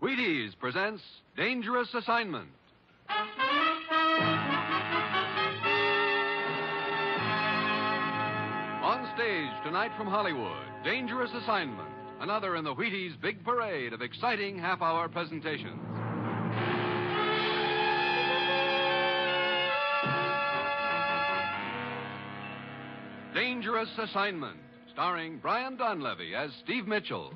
Wheaties presents Dangerous Assignment. On stage tonight from Hollywood, Dangerous Assignment, another in the Wheaties big parade of exciting half hour presentations. Dangerous Assignment, starring Brian Donlevy as Steve Mitchell.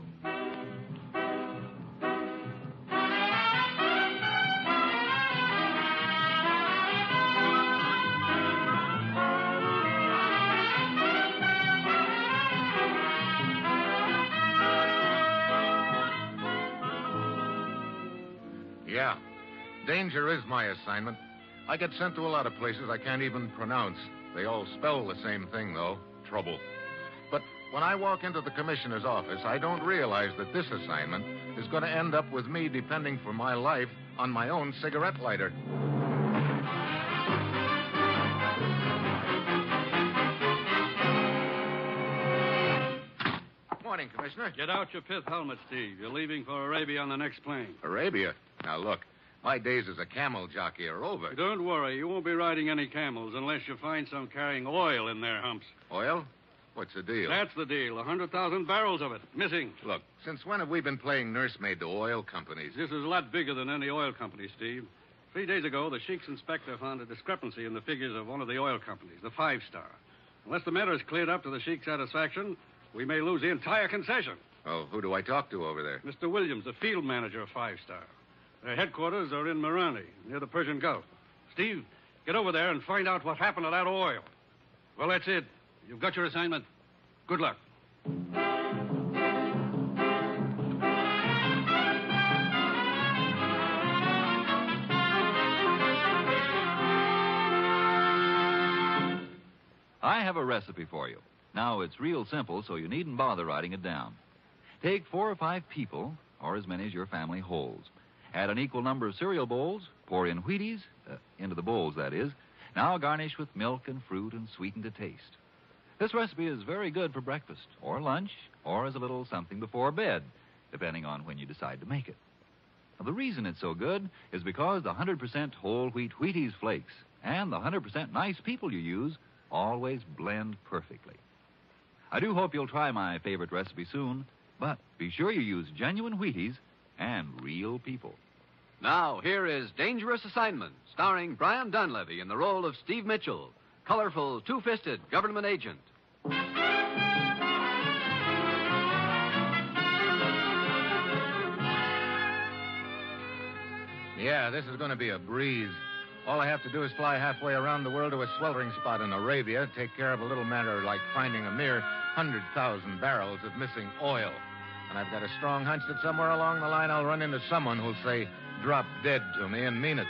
Yeah. Danger is my assignment. I get sent to a lot of places I can't even pronounce. They all spell the same thing, though trouble. But when I walk into the commissioner's office, I don't realize that this assignment is going to end up with me depending for my life on my own cigarette lighter. Morning, Commissioner. Get out your pith helmet, Steve. You're leaving for Arabia on the next plane. Arabia. Now, look, my days as a camel jockey are over. Don't worry, you won't be riding any camels unless you find some carrying oil in their humps. Oil? What's the deal? That's the deal. A hundred thousand barrels of it. Missing. Look, since when have we been playing nursemaid to oil companies? This is a lot bigger than any oil company, Steve. Three days ago, the Sheik's inspector found a discrepancy in the figures of one of the oil companies, the Five Star. Unless the matter is cleared up to the Sheik's satisfaction, we may lose the entire concession. Oh, who do I talk to over there? Mr. Williams, the field manager of Five Star. Their headquarters are in Mirani, near the Persian Gulf. Steve, get over there and find out what happened to that oil. Well, that's it. You've got your assignment. Good luck. I have a recipe for you. Now, it's real simple, so you needn't bother writing it down. Take four or five people, or as many as your family holds. Add an equal number of cereal bowls, pour in Wheaties, uh, into the bowls, that is. Now garnish with milk and fruit and sweeten to taste. This recipe is very good for breakfast, or lunch, or as a little something before bed, depending on when you decide to make it. Now, the reason it's so good is because the 100% whole wheat Wheaties flakes and the 100% nice people you use always blend perfectly. I do hope you'll try my favorite recipe soon, but be sure you use genuine Wheaties and real people. Now, here is Dangerous Assignment, starring Brian Dunleavy in the role of Steve Mitchell, colorful, two fisted government agent. Yeah, this is going to be a breeze. All I have to do is fly halfway around the world to a sweltering spot in Arabia, take care of a little matter like finding a mere 100,000 barrels of missing oil. And I've got a strong hunch that somewhere along the line I'll run into someone who'll say, drop dead to me and mean it.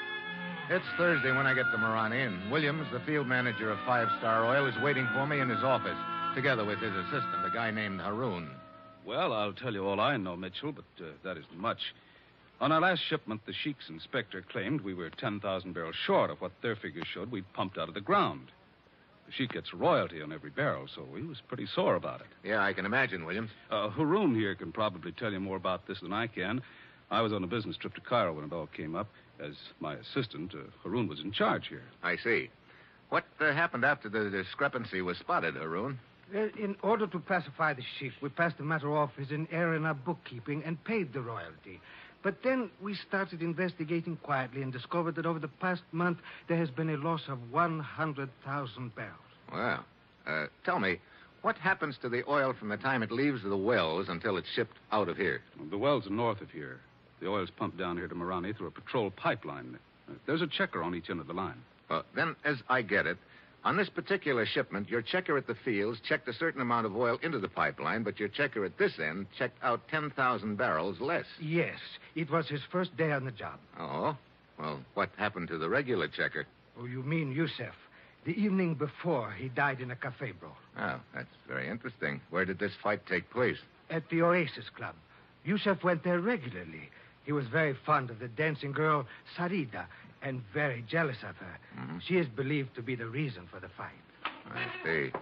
It's Thursday when I get to Morani, and Williams, the field manager of Five Star Oil, is waiting for me in his office, together with his assistant, a guy named Haroon. Well, I'll tell you all I know, Mitchell, but uh, that isn't much. On our last shipment, the Sheik's inspector claimed we were 10,000 barrels short of what their figures showed we'd pumped out of the ground. The Sheik gets royalty on every barrel, so he was pretty sore about it. Yeah, I can imagine, Williams. Uh, Haroon here can probably tell you more about this than I can. I was on a business trip to Cairo when it all came up. As my assistant, uh, Haroon was in charge here. I see. What uh, happened after the discrepancy was spotted, Haroon? Well, in order to pacify the sheik, we passed the matter off as an error in our bookkeeping and paid the royalty. But then we started investigating quietly and discovered that over the past month there has been a loss of 100,000 barrels. Well, uh, tell me, what happens to the oil from the time it leaves the wells until it's shipped out of here? The wells are north of here. The oil's pumped down here to Marani through a patrol pipeline. Uh, There's a checker on each end of the line. Uh, then, as I get it, On this particular shipment, your checker at the fields checked a certain amount of oil into the pipeline, but your checker at this end checked out 10,000 barrels less. Yes, it was his first day on the job. Oh? Well, what happened to the regular checker? Oh, you mean Yusef. The evening before, he died in a cafe brawl Oh, that's very interesting. Where did this fight take place? at the Oasis Club. Yusef went there regularly. He was very fond of the dancing girl, Sarida, and very jealous of her. Mm-hmm. She is believed to be the reason for the fight. I see.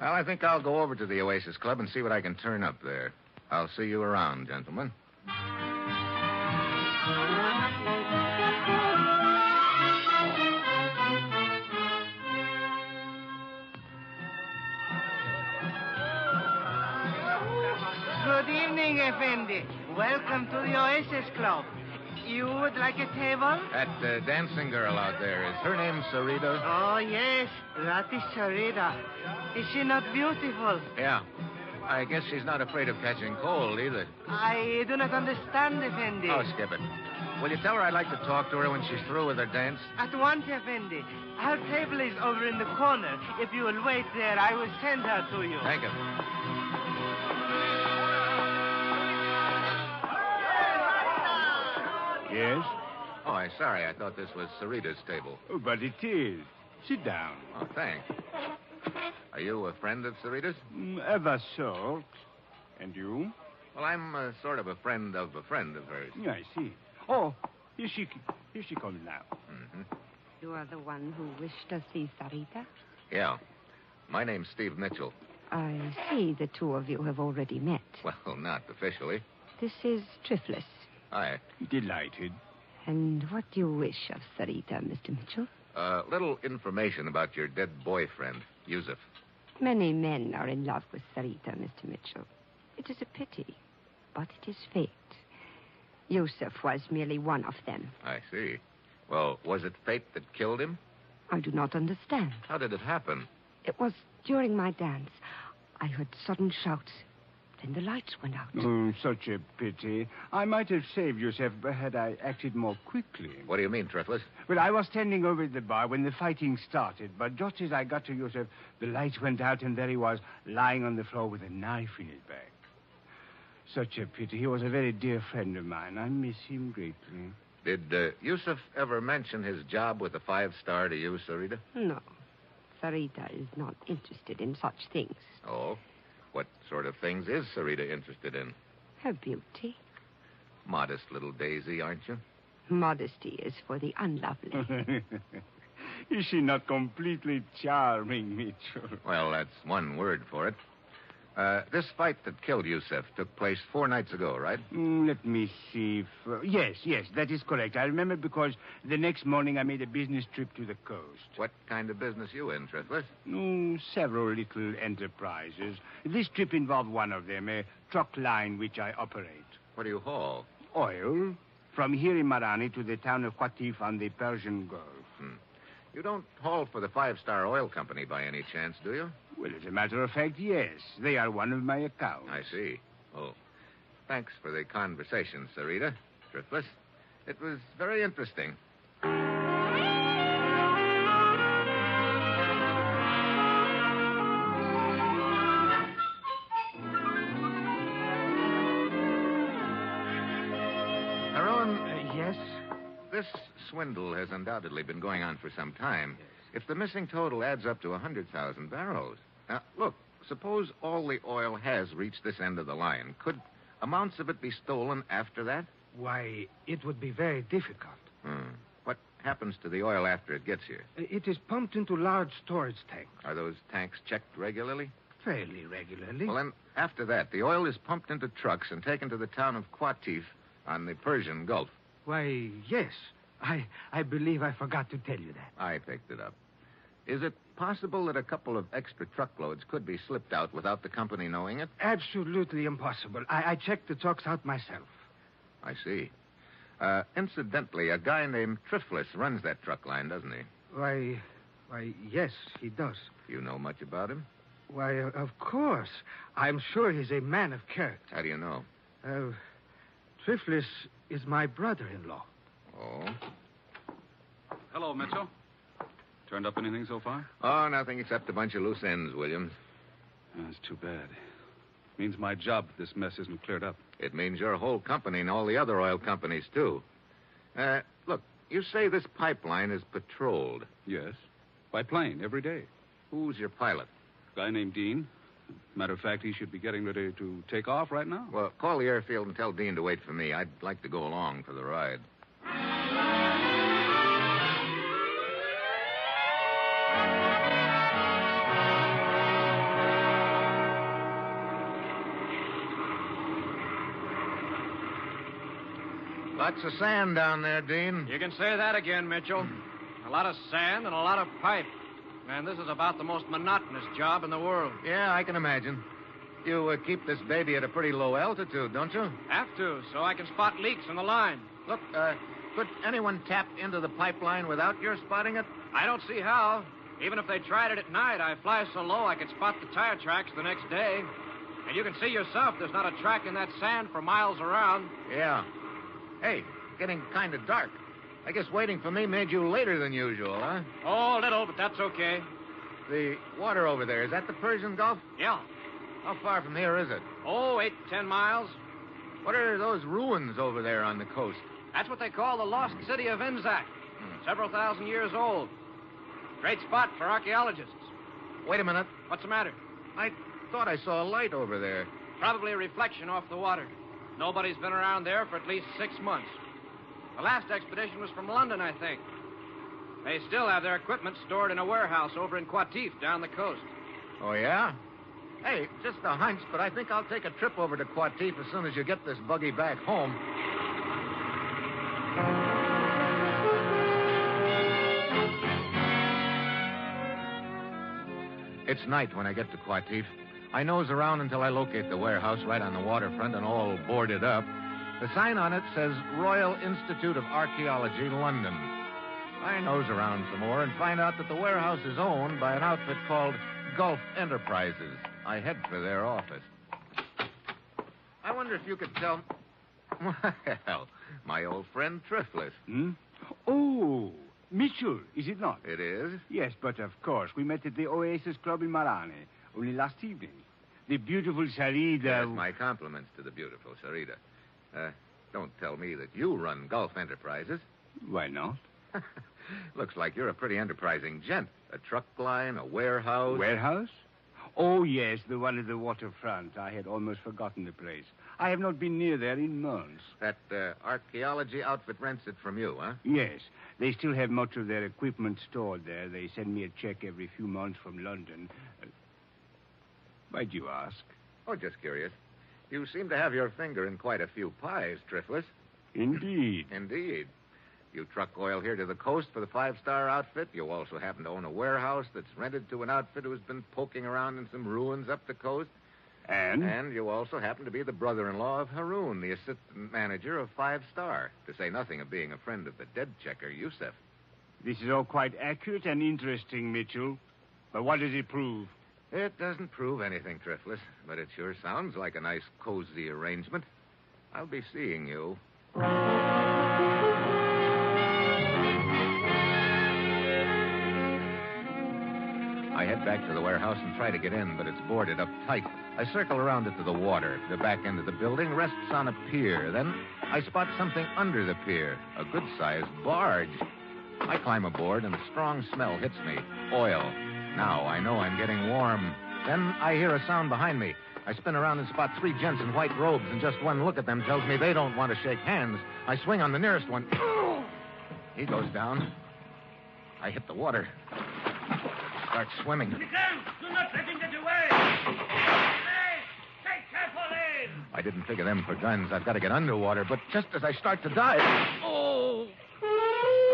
Well, I think I'll go over to the Oasis Club and see what I can turn up there. I'll see you around, gentlemen. Good evening, Effendi. Welcome to the Oasis Club. You would like a table? That uh, dancing girl out there, is her name Sarita? Oh, yes. That is Sarita. Is she not beautiful? Yeah. I guess she's not afraid of catching cold either. I do not understand, Effendi. Oh, skip it. Will you tell her I'd like to talk to her when she's through with her dance? At once, Effendi. Her table is over in the corner. If you will wait there, I will send her to you. Thank you. Yes? Oh, I'm sorry. I thought this was Sarita's table. Oh, but it is. Sit down. Oh, thanks. Are you a friend of Sarita's? Mm, Of a sort. And you? Well, I'm uh, sort of a friend of a friend of hers. Yeah, I see. Oh, here she, here she comes now. Mm-hmm. You are the one who wished to see Sarita? Yeah. My name's Steve Mitchell. I see the two of you have already met. Well, not officially. This is Triflis. I Delighted. And what do you wish of Sarita, Mr. Mitchell? Uh, little information about your dead boyfriend, Yusuf. Many men are in love with Sarita, Mr. Mitchell. It is a pity, but it is fate. Yusuf was merely one of them. I see. Well, was it fate that killed him? I do not understand. How did it happen? It was during my dance. I heard sudden shouts. Then the lights went out. Oh, such a pity. I might have saved yourself had I acted more quickly. What do you mean, Triflis? Well, I was standing over at the bar when the fighting started, but just as I got to Yusuf, the lights went out, and there he was, lying on the floor with a knife in his back. Such a pity. He was a very dear friend of mine. I miss him greatly. Did uh, Yusuf ever mention his job with the five star to you, Sarita? No. Sarita is not interested in such things. Oh. What sort of things is Sarita interested in? Her beauty. Modest little daisy, aren't you? Modesty is for the unlovely. Is she not completely charming, Mitchell? Well, that's one word for it. Uh, this fight that killed Yusuf took place four nights ago, right? Mm, Let me see. If, uh, yes, yes, that is correct. I remember because the next morning I made a business trip to the coast. What kind of business you in, Triflis? Mm, several little enterprises. This trip involved one of them, a truck line which I operate. What do you haul? Oil from here in Marani to the town of Qatif on the Persian Gulf. You don't haul for the Five Star Oil Company by any chance, do you? Well, as a matter of fact, yes. They are one of my accounts. I see. Oh. Thanks for the conversation, Sarita. Triflis. It was very interesting. Harun, Uh, yes? this swindle has undoubtedly been going on for some time. If the missing total adds up to 100,000 barrels. Now, look, suppose all the oil has reached this end of the line. Could amounts of it be stolen after that? Why, it would be very difficult. Hmm. What happens to the oil after it gets here? Uh, It is pumped into large storage tanks Are those tanks checked regularly? fairly regularly. Well, then, after that, the oil is pumped into trucks and taken to the town of Qatif on the Persian Gulf. Why, yes. I, I believe I forgot to tell you that. I picked it up. Is it possible that a couple of extra truckloads could be slipped out without the company knowing it? Absolutely impossible. I, I checked the trucks out myself. I see. Uh, incidentally, a guy named Triflis runs that truck line, doesn't he? Why, why, yes, he does. You know much about him? Why, uh, of course. I'm sure he's a man of character. How do you know? Uh, Triflis is my brother in law. Oh, Hello, Mitchell. Turned up anything so far? Oh, nothing except a bunch of loose ends, William. Ah, That's too bad. Means my job if this mess isn't cleared up. It means your whole company and all the other oil companies, too. Uh, look, you say this pipeline is patrolled. Yes. By plane, every day. Who's your pilot? Guy named Dean. Matter of fact, he should be getting ready to take off right now. Well, call the airfield and tell Dean to wait for me. I'd like to go along for the ride. Lots of sand down there, Dean. You can say that again, Mitchell. A lot of sand and a lot of pipe. Man, this is about the most monotonous job in the world. Yeah, I can imagine. You uh, keep this baby at a pretty low altitude, don't you? Have to, so I can spot leaks in the line. Look, uh, could anyone tap into the pipeline without your spotting it? I don't see how. Even if they tried it at night, I fly so low I could spot the tire tracks the next day. And you can see yourself there's not a track in that sand for miles around. Yeah. Hey, getting kind of dark. I guess waiting for me made you later than usual, huh? Oh, a little, but that's okay. The water over there, is that the Persian Gulf? Yeah. How far from here is it? Oh, eight, ten miles. What are those ruins over there on the coast? That's what they call the lost city of Inzak. Hmm. Several thousand years old. Great spot for archaeologists. Wait a minute. What's the matter? I thought I saw a light over there. Probably a reflection off the water. Nobody's been around there for at least six months. The last expedition was from London, I think. They still have their equipment stored in a warehouse over in Qatif down the coast. Oh, yeah? Hey, just a hunch, but I think I'll take a trip over to Qatif as soon as you get this buggy back home. It's night when I get to Qatif. I nose around until I locate the warehouse right on the waterfront and all boarded up. The sign on it says Royal Institute of Archaeology, London. I nose around some more and find out that the warehouse is owned by an outfit called Gulf Enterprises. I head for their office. I wonder if you could tell. Well, my old friend Triflis. Hmm? Oh, Mitchell, is it not? It is. Yes, but of course. We met at the Oasis Club in Marane only last evening. The beautiful Sarita. Yes, my compliments to the beautiful Sarita. Uh, don't tell me that you run Gulf Enterprises. Why not? Looks like you're a pretty enterprising gent. A truck line, a warehouse. Warehouse? Oh, yes, the one at the waterfront. I had almost forgotten the place. I have not been near there in months. That uh, archaeology outfit rents it from you, huh? Yes, they still have much of their equipment stored there. They send me a check every few months from London. Uh, why'd you ask? Oh, just curious. You seem to have your finger in quite a few pies, Triflis. Indeed. Indeed. You truck oil here to the coast for the five star outfit. You also happen to own a warehouse that's rented to an outfit who's been poking around in some ruins up the coast. And? And you also happen to be the brother in law of Haroon, the assistant manager of Five Star, to say nothing of being a friend of the dead checker, Yusef. This is all quite accurate and interesting, Mitchell. But what does it prove? It doesn't prove anything, Triflis, but it sure sounds like a nice, cozy arrangement. I'll be seeing you. I head back to the warehouse and try to get in, but it's boarded up tight. I circle around it to the water. The back end of the building rests on a pier. Then I spot something under the pier a good sized barge. I climb aboard, and a strong smell hits me oil. Now I know I'm getting warm. Then I hear a sound behind me. I spin around and spot three gents in white robes, and just one look at them tells me they don't want to shake hands. I swing on the nearest one. he goes down. I hit the water. Start swimming. Do not let him get away! Hey, take careful aim! I didn't figure them for guns. I've got to get underwater, but just as I start to dive. Oh!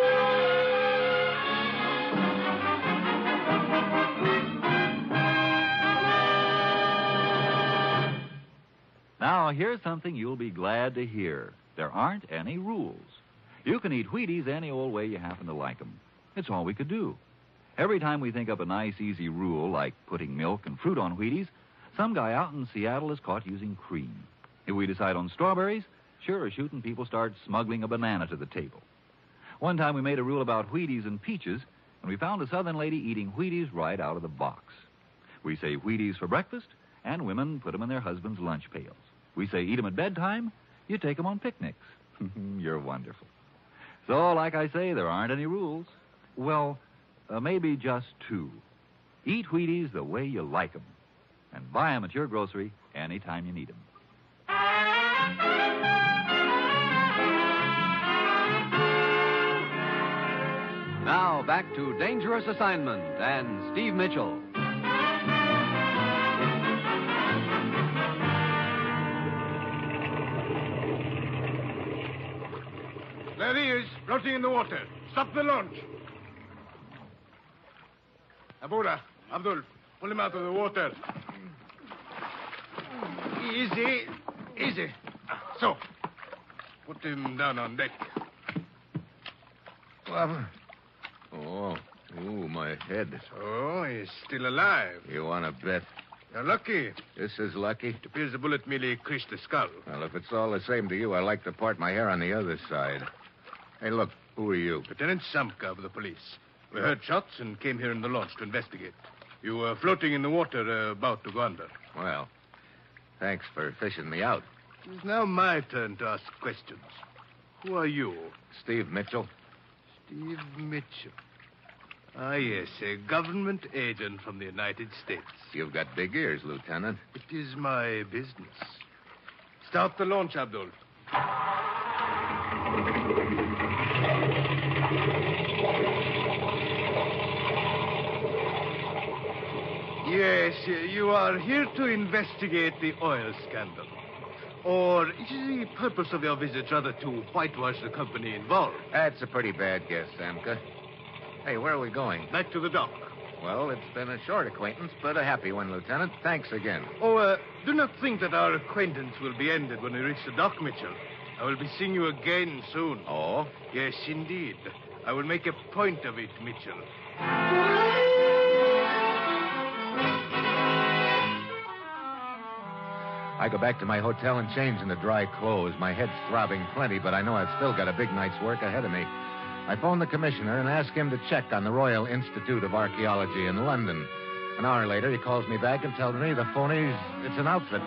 Now, here's something you'll be glad to hear. There aren't any rules. You can eat Wheaties any old way you happen to like 'em. It's all we could do. Every time we think up a nice, easy rule, like putting milk and fruit on Wheaties, some guy out in Seattle is caught using cream. If we decide on strawberries, sure as shooting, people start smuggling a banana to the table. One time we made a rule about Wheaties and peaches, and we found a Southern lady eating Wheaties right out of the box. We say Wheaties for breakfast, and women put 'em in their husbands' lunch pails. We say eat 'em at bedtime, you take 'em on picnics. You're wonderful. So, like I say, there aren't any rules. Well, uh, maybe just two. Eat Wheaties the way you like 'em, and buy 'em at your grocery anytime you need 'em. Now, back to Dangerous Assignment and Steve Mitchell. There he is, floating in the water. Stop the launch. Abula, Abdul, pull him out of the water. Easy, Easy. So, put him down on deck. Well, Oh, ooh, my head. Oh, he's still alive. You want to bet? You're lucky. This is lucky. It appears the bullet merely creased the skull. Well, if it's all the same to you, I like to part my hair on the other side. Hey, look, who are you? Lieutenant Samka of the police. We heard shots and came here in the launch to investigate. You were floating in the water uh, about to go under. Well, thanks for fishing me out. It's now my turn to ask questions. Who are you? Steve Mitchell. Steve Mitchell. Ah, yes, a government agent from the United States. You've got big ears, Lieutenant. It is my business. Start the launch, Abdul. Yes, uh, you are here to investigate the oil scandal. Or is the purpose of your visit rather to whitewash the company involved? That's a pretty bad guess, Samka. Hey, where are we going? Back to the dock. Well, it's been a short acquaintance, but a happy one, Lieutenant. Thanks again. Oh, uh, do not think that our acquaintance will be ended when we reach the dock, Mitchell. I will be seeing you again soon. Oh? Yes, indeed. I will make a point of it, Mitchell. I go back to my hotel and change into dry clothes. My head's throbbing plenty, but I know I've still got a big night's work ahead of me. I phone the commissioner and ask him to check on the Royal Institute of Archaeology in London. An hour later, he calls me back and tells me the phonies, it's an outfit.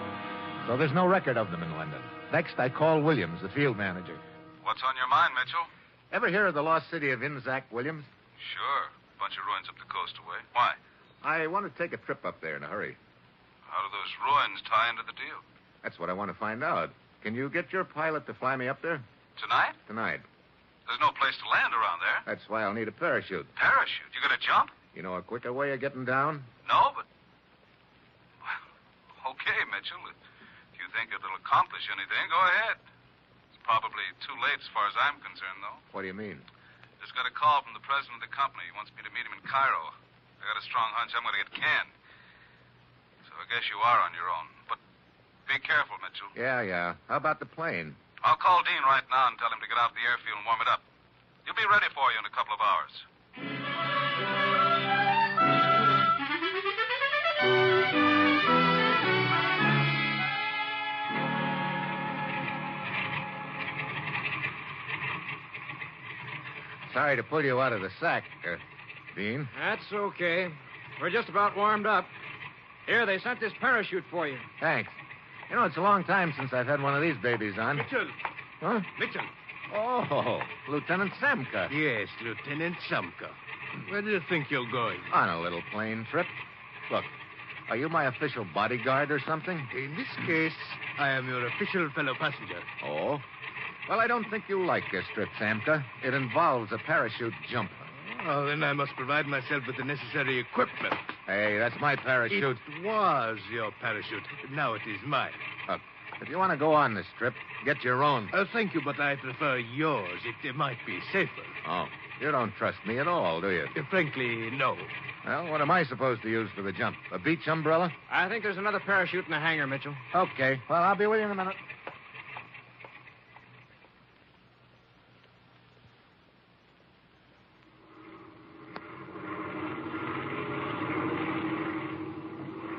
So there's no record of them in London. Next, I call Williams, the field manager. What's on your mind, Mitchell? Ever hear of the lost city of Inzac, Williams? Sure. Bunch of ruins up the coast away. Why? I want to take a trip up there in a hurry. How do those ruins tie into the deal? That's what I want to find out. Can you get your pilot to fly me up there? Tonight? Tonight. There's no place to land around there. That's why I'll need a parachute. Parachute? You gonna jump? You know a quicker way of getting down? No, but. Well, okay, Mitchell. If you think it'll accomplish anything, go ahead. It's probably too late as far as I'm concerned, though. What do you mean? Just got a call from the president of the company. He wants me to meet him in Cairo. I got a strong hunch I'm gonna get canned. So I guess you are on your own. But be careful, Mitchell. Yeah, yeah. How about the plane? I'll call Dean right now and tell him to get out to the airfield and warm it up. He'll be ready for you in a couple of hours. Sorry to pull you out of the sack, uh, Dean. That's okay. We're just about warmed up. Here, they sent this parachute for you. Thanks. You know, it's a long time since I've had one of these babies on. Mitchell! Huh? Mitchell! Oh, Lieutenant Samka. Yes, Lieutenant Samka. Where do you think you're going? On a little plane trip. Look, are you my official bodyguard or something? In this case, I am your official fellow passenger. Oh? Well, I don't think you like this trip, Samka. It involves a parachute jump. Oh, then I must provide myself with the necessary equipment. Hey, that's my parachute. It was your parachute. Now it is mine. Look, Uh, if you want to go on this trip, get your own. Uh, thank you, but I prefer yours. It, uh, might be safer. Oh, you don't trust me at all, do you? Uh, frankly, no. Well, what am I supposed to use for the jump? A beach umbrella? I think there's another parachute in the hangar, Mitchell. Okay. Well, I'll be with you in a minute.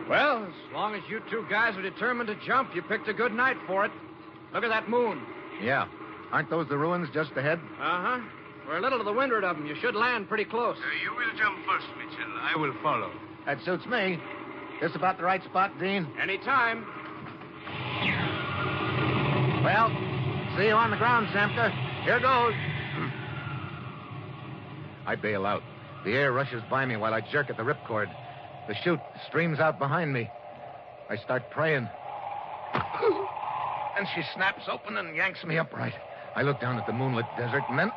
Well, as long as you two guys are determined to jump, you picked a good night for it. Look at that moon. Yeah. Aren't those the ruins just ahead? Uh huh. We're a little to the windward of them. You should land pretty close. Uh, you will jump first, Mitchell. I will follow. That suits me. This about the right spot, Dean? Any time. Well, see you on the ground, Samter. Here goes. I bail out. The air rushes by me while I jerk at the ripcord. The chute streams out behind me. I start praying. And she snaps open and yanks me upright. I look down at the moonlit desert, and then.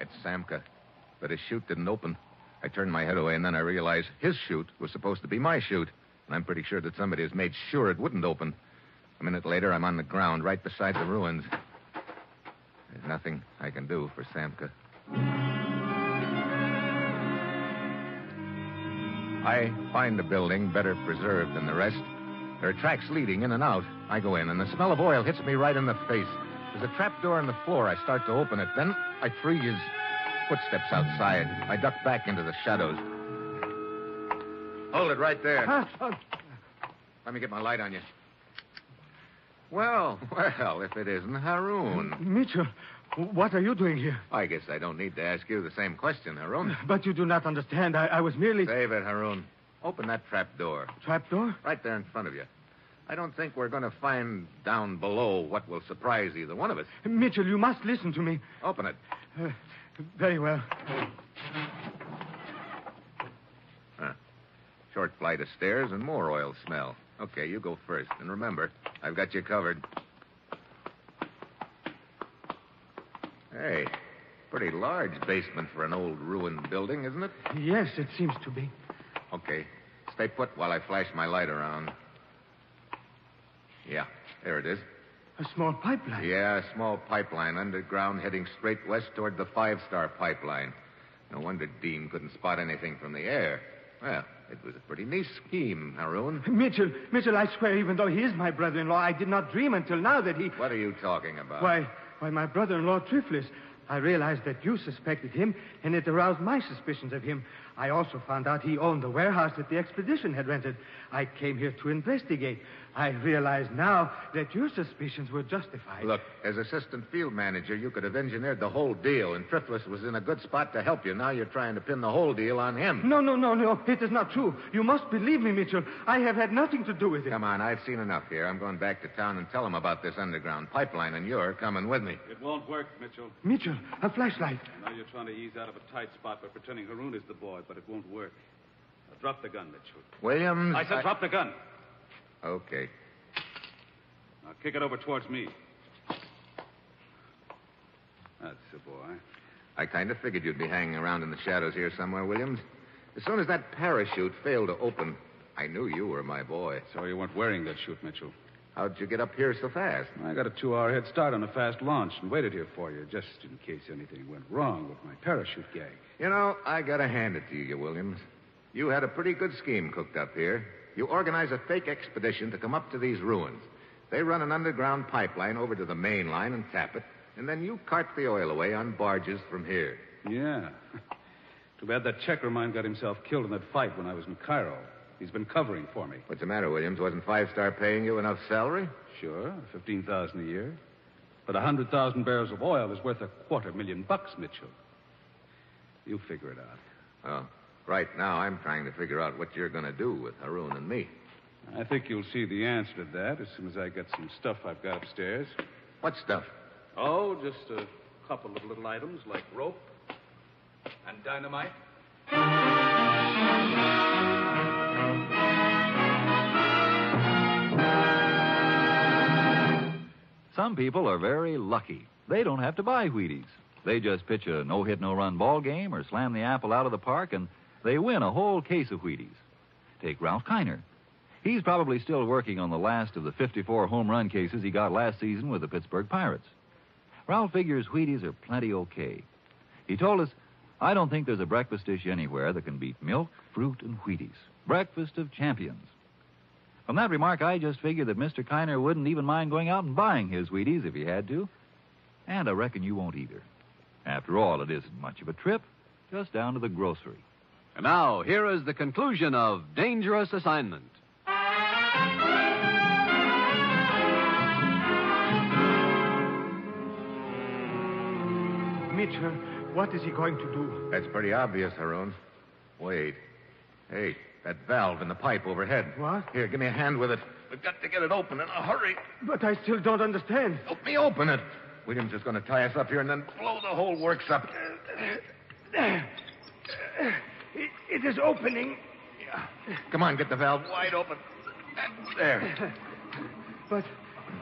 It's Samka, but his chute didn't open. I turned my head away, and then I realized his chute was supposed to be my chute. And I'm pretty sure that somebody has made sure it wouldn't open. A minute later, I'm on the ground right beside the ruins. There's nothing I can do for Samka. I find the building better preserved than the rest. There are tracks leading in and out. I go in, and the smell of oil hits me right in the face. There's a trap door in the floor. I start to open it. Then I freeze. Footsteps outside. I duck back into the shadows. Hold it right there. Let me get my light on you. Well, well, if it isn't Haroon. Mitchell, what are you doing here? I guess I don't need to ask you the same question, Haroon. But you do not understand. I, I was merely. Save it, Haroon. Open that trap door. Trapdoor? Right there in front of you. I don't think we're going to find down below what will surprise either one of us. Mitchell, you must listen to me. Open it. Uh, very well. Short flight of stairs and more oil smell. Okay, you go first. And remember, I've got you covered. Hey, pretty large basement for an old ruined building, isn't it? Yes, it seems to be. Okay, stay put while I flash my light around. Yeah, there it is. A small pipeline. Yeah, a small pipeline underground heading straight west toward the five star pipeline. No wonder Dean couldn't spot anything from the air. Well, it was a pretty neat scheme, Haroon. Mitchell, Mitchell, I swear, even though he is my brother in law, I did not dream until now that he. What are you talking about? Why, why, my brother in law, Triflis. I realized that you suspected him, and it aroused my suspicions of him. I also found out he owned the warehouse that the expedition had rented. I came here to investigate. I realize now that your suspicions were justified. Look, as assistant field manager, you could have engineered the whole deal, and Triflis was in a good spot to help you. Now you're trying to pin the whole deal on him. No, no, no, no. It is not true. You must believe me, Mitchell. I have had nothing to do with it. Come on, I've seen enough here. I'm going back to town and tell him about this underground pipeline, and you're coming with me. It won't work, Mitchell. Mitchell, a flashlight. I know you're trying to ease out of a tight spot by pretending Haroon is the boy, but it won't work. Now, drop the gun, Mitchell. Williams. I said drop the gun. Okay. Now kick it over towards me. That's the boy. I kind of figured you'd be hanging around in the shadows here somewhere, Williams. As soon as that parachute failed to open, I knew you were my boy. So you weren't wearing that chute, Mitchell. How'd you get up here so fast? I got a two hour head start on a fast launch and waited here for you just in case anything went wrong with my parachute gag. You know, I gotta hand it to you, Williams. You had a pretty good scheme cooked up here. You organize a fake expedition to come up to these ruins. They run an underground pipeline over to the main line and tap it, and then you cart the oil away on barges from here. Yeah. Too bad that checker of mine got himself killed in that fight when I was in Cairo. He's been covering for me. What's the matter, Williams? Wasn't Five Star paying you enough salary? Sure, fifteen thousand a year. But a hundred thousand barrels of oil is worth a quarter million bucks, Mitchell. You figure it out. Oh, right now I'm trying to figure out what you're gonna do with Haroon and me. I think you'll see the answer to that as soon as I get some stuff I've got upstairs. What stuff? Oh, just a couple of little items like rope and dynamite. Some people are very lucky. They don't have to buy Wheaties. They just pitch a no hit, no run ball game or slam the apple out of the park, and they win a whole case of Wheaties. Take Ralph Kiner. He's probably still working on the last of the 54 home run cases he got last season with the Pittsburgh Pirates. Ralph figures Wheaties are plenty okay. He told us, I don't think there's a breakfast dish anywhere that can beat milk, fruit, and Wheaties. Breakfast of champions. From that remark, I just figured that Mr. Kiner wouldn't even mind going out and buying his Wheaties if he had to. And I reckon you won't either. After all, it isn't much of a trip, just down to the grocery. And now, here is the conclusion of Dangerous Assignment. meet her, what is he going to do? That's pretty obvious, Haroon. Wait. Hey, that valve in the pipe overhead. What? Here, give me a hand with it. We've got to get it open in a hurry. But I still don't understand. Help me open it. Williams is going to tie us up here and then blow the whole works up. It, it is opening. Come on, get the valve wide open. There. But,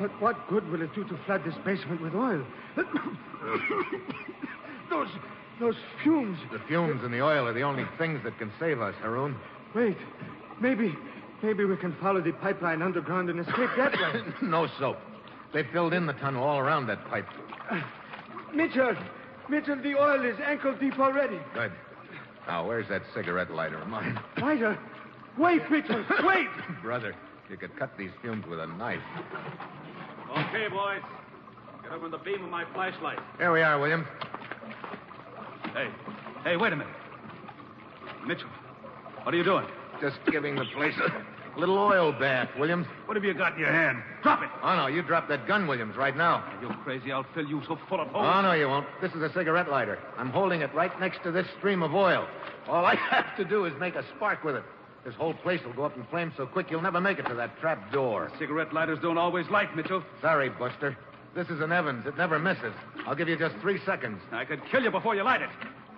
but what good will it do to flood this basement with oil? those, those fumes. The fumes and the oil are the only things that can save us, Haroon. Wait, maybe, maybe we can follow the pipeline underground and escape that way. no soap. They filled in the tunnel all around that pipe. Mitchell, Mitchell, the oil is ankle deep already. Good. Now, where's that cigarette lighter of mine? Lighter, wait, Mitchell, wait. Brother, you could cut these fumes with a knife. Okay, boys. Get up on the beam of my flashlight. Here we are, William. Hey, hey, wait a minute. Mitchell, what are you doing? Just giving the place a little oil bath, Williams. What have you got in your hand? Drop it. Oh, no, you drop that gun, Williams, right now. You crazy, I'll fill you so full of holes. Oh, no, you won't. This is a cigarette lighter. I'm holding it right next to this stream of oil. All I have to do is make a spark with it. This whole place will go up in flames so quick you'll never make it to that trap door. Cigarette lighters don't always light, Mitchell. Sorry, Buster. This is an Evans. It never misses. I'll give you just three seconds. I could kill you before you light it.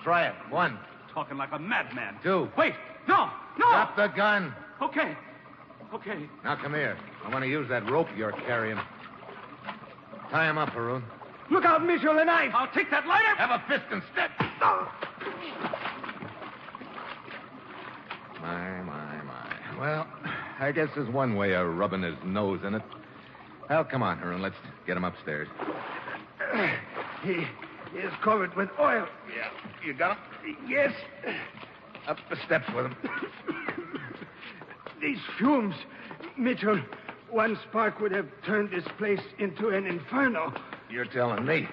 Try it. One, Talking like a madman. two. Wait! No! No! Drop the gun. Okay. Okay. Now come here. I want to use that rope you're carrying. Tie him up, Haroon. Look out, Mitchell, a knife. I'll take that lighter. Have a fist and step. My, my, my. Well, I guess there's one way of rubbing his nose in it. Well, come on, Haroon. Let's get him upstairs. He, he is covered with oil. Yeah. You got him? Yes, Up the steps with him. these fumes. Mitchell, one spark would have turned this place into an inferno. You're telling me.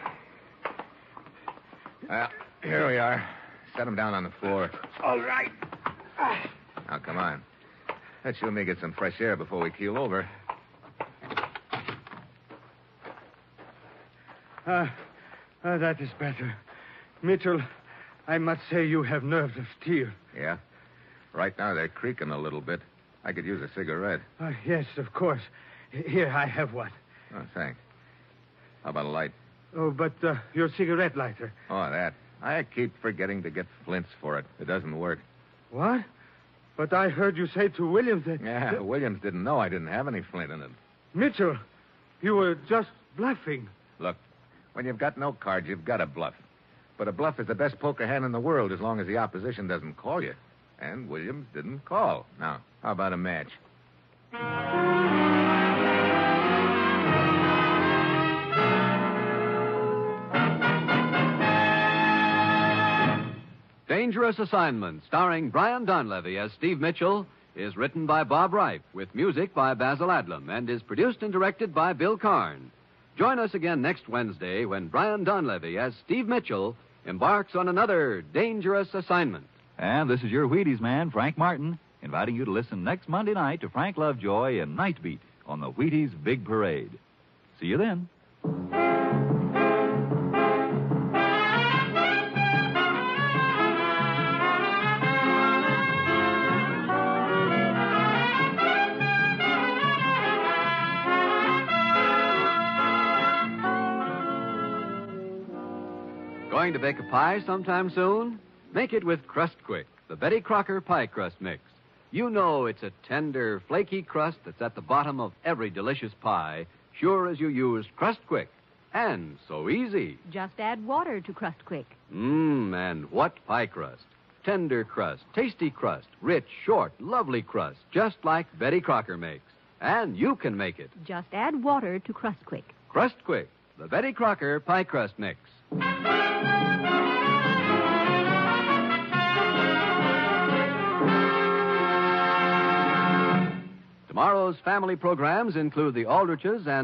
Well, here we are. Set him down on the floor. All right. Now, come on. Let you and me get some fresh air before we keel over. Ah, ah, that is better. Mitchell, I must say you have nerves of steel. Yeah? Right now, they're creaking a little bit. I could use a cigarette. Ah, yes, of course. H- Here, I have one. Oh, thanks. How about a light? Oh, but uh, your cigarette lighter. Oh, that. I keep forgetting to get flints for it. It doesn't work. What? But I heard you say to Williams that. Yeah, that- Williams didn't know I didn't have any flint in it. Mitchell, you were just bluffing. Look, when you've got no cards, you've got a bluff. But a bluff is the best poker hand in the world as long as the opposition doesn't call you. And Williams didn't call. Now, how about a match? Dangerous Assignment, starring Brian Donlevy as Steve Mitchell, is written by Bob Reif with music by Basil Adlam and is produced and directed by Bill Carn. Join us again next Wednesday when Brian Donlevy as Steve Mitchell embarks on another dangerous assignment. And this is your Wheaties man, Frank Martin, inviting you to listen next Monday night to Frank Lovejoy and Nightbeat on the Wheaties Big Parade. See you then. Going to bake a pie sometime soon? Make it with Crust Quick, the Betty Crocker pie crust mix. You know it's a tender, flaky crust that's at the bottom of every delicious pie, sure as you used Crust Quick. And so easy. Just add water to Crust Quick. Mmm, and what pie crust? Tender crust, tasty crust, rich, short, lovely crust, just like Betty Crocker makes. And you can make it. Just add water to Crust Quick. Crust Quick, the Betty Crocker pie crust mix. Tomorrow's family programs include the Aldriches and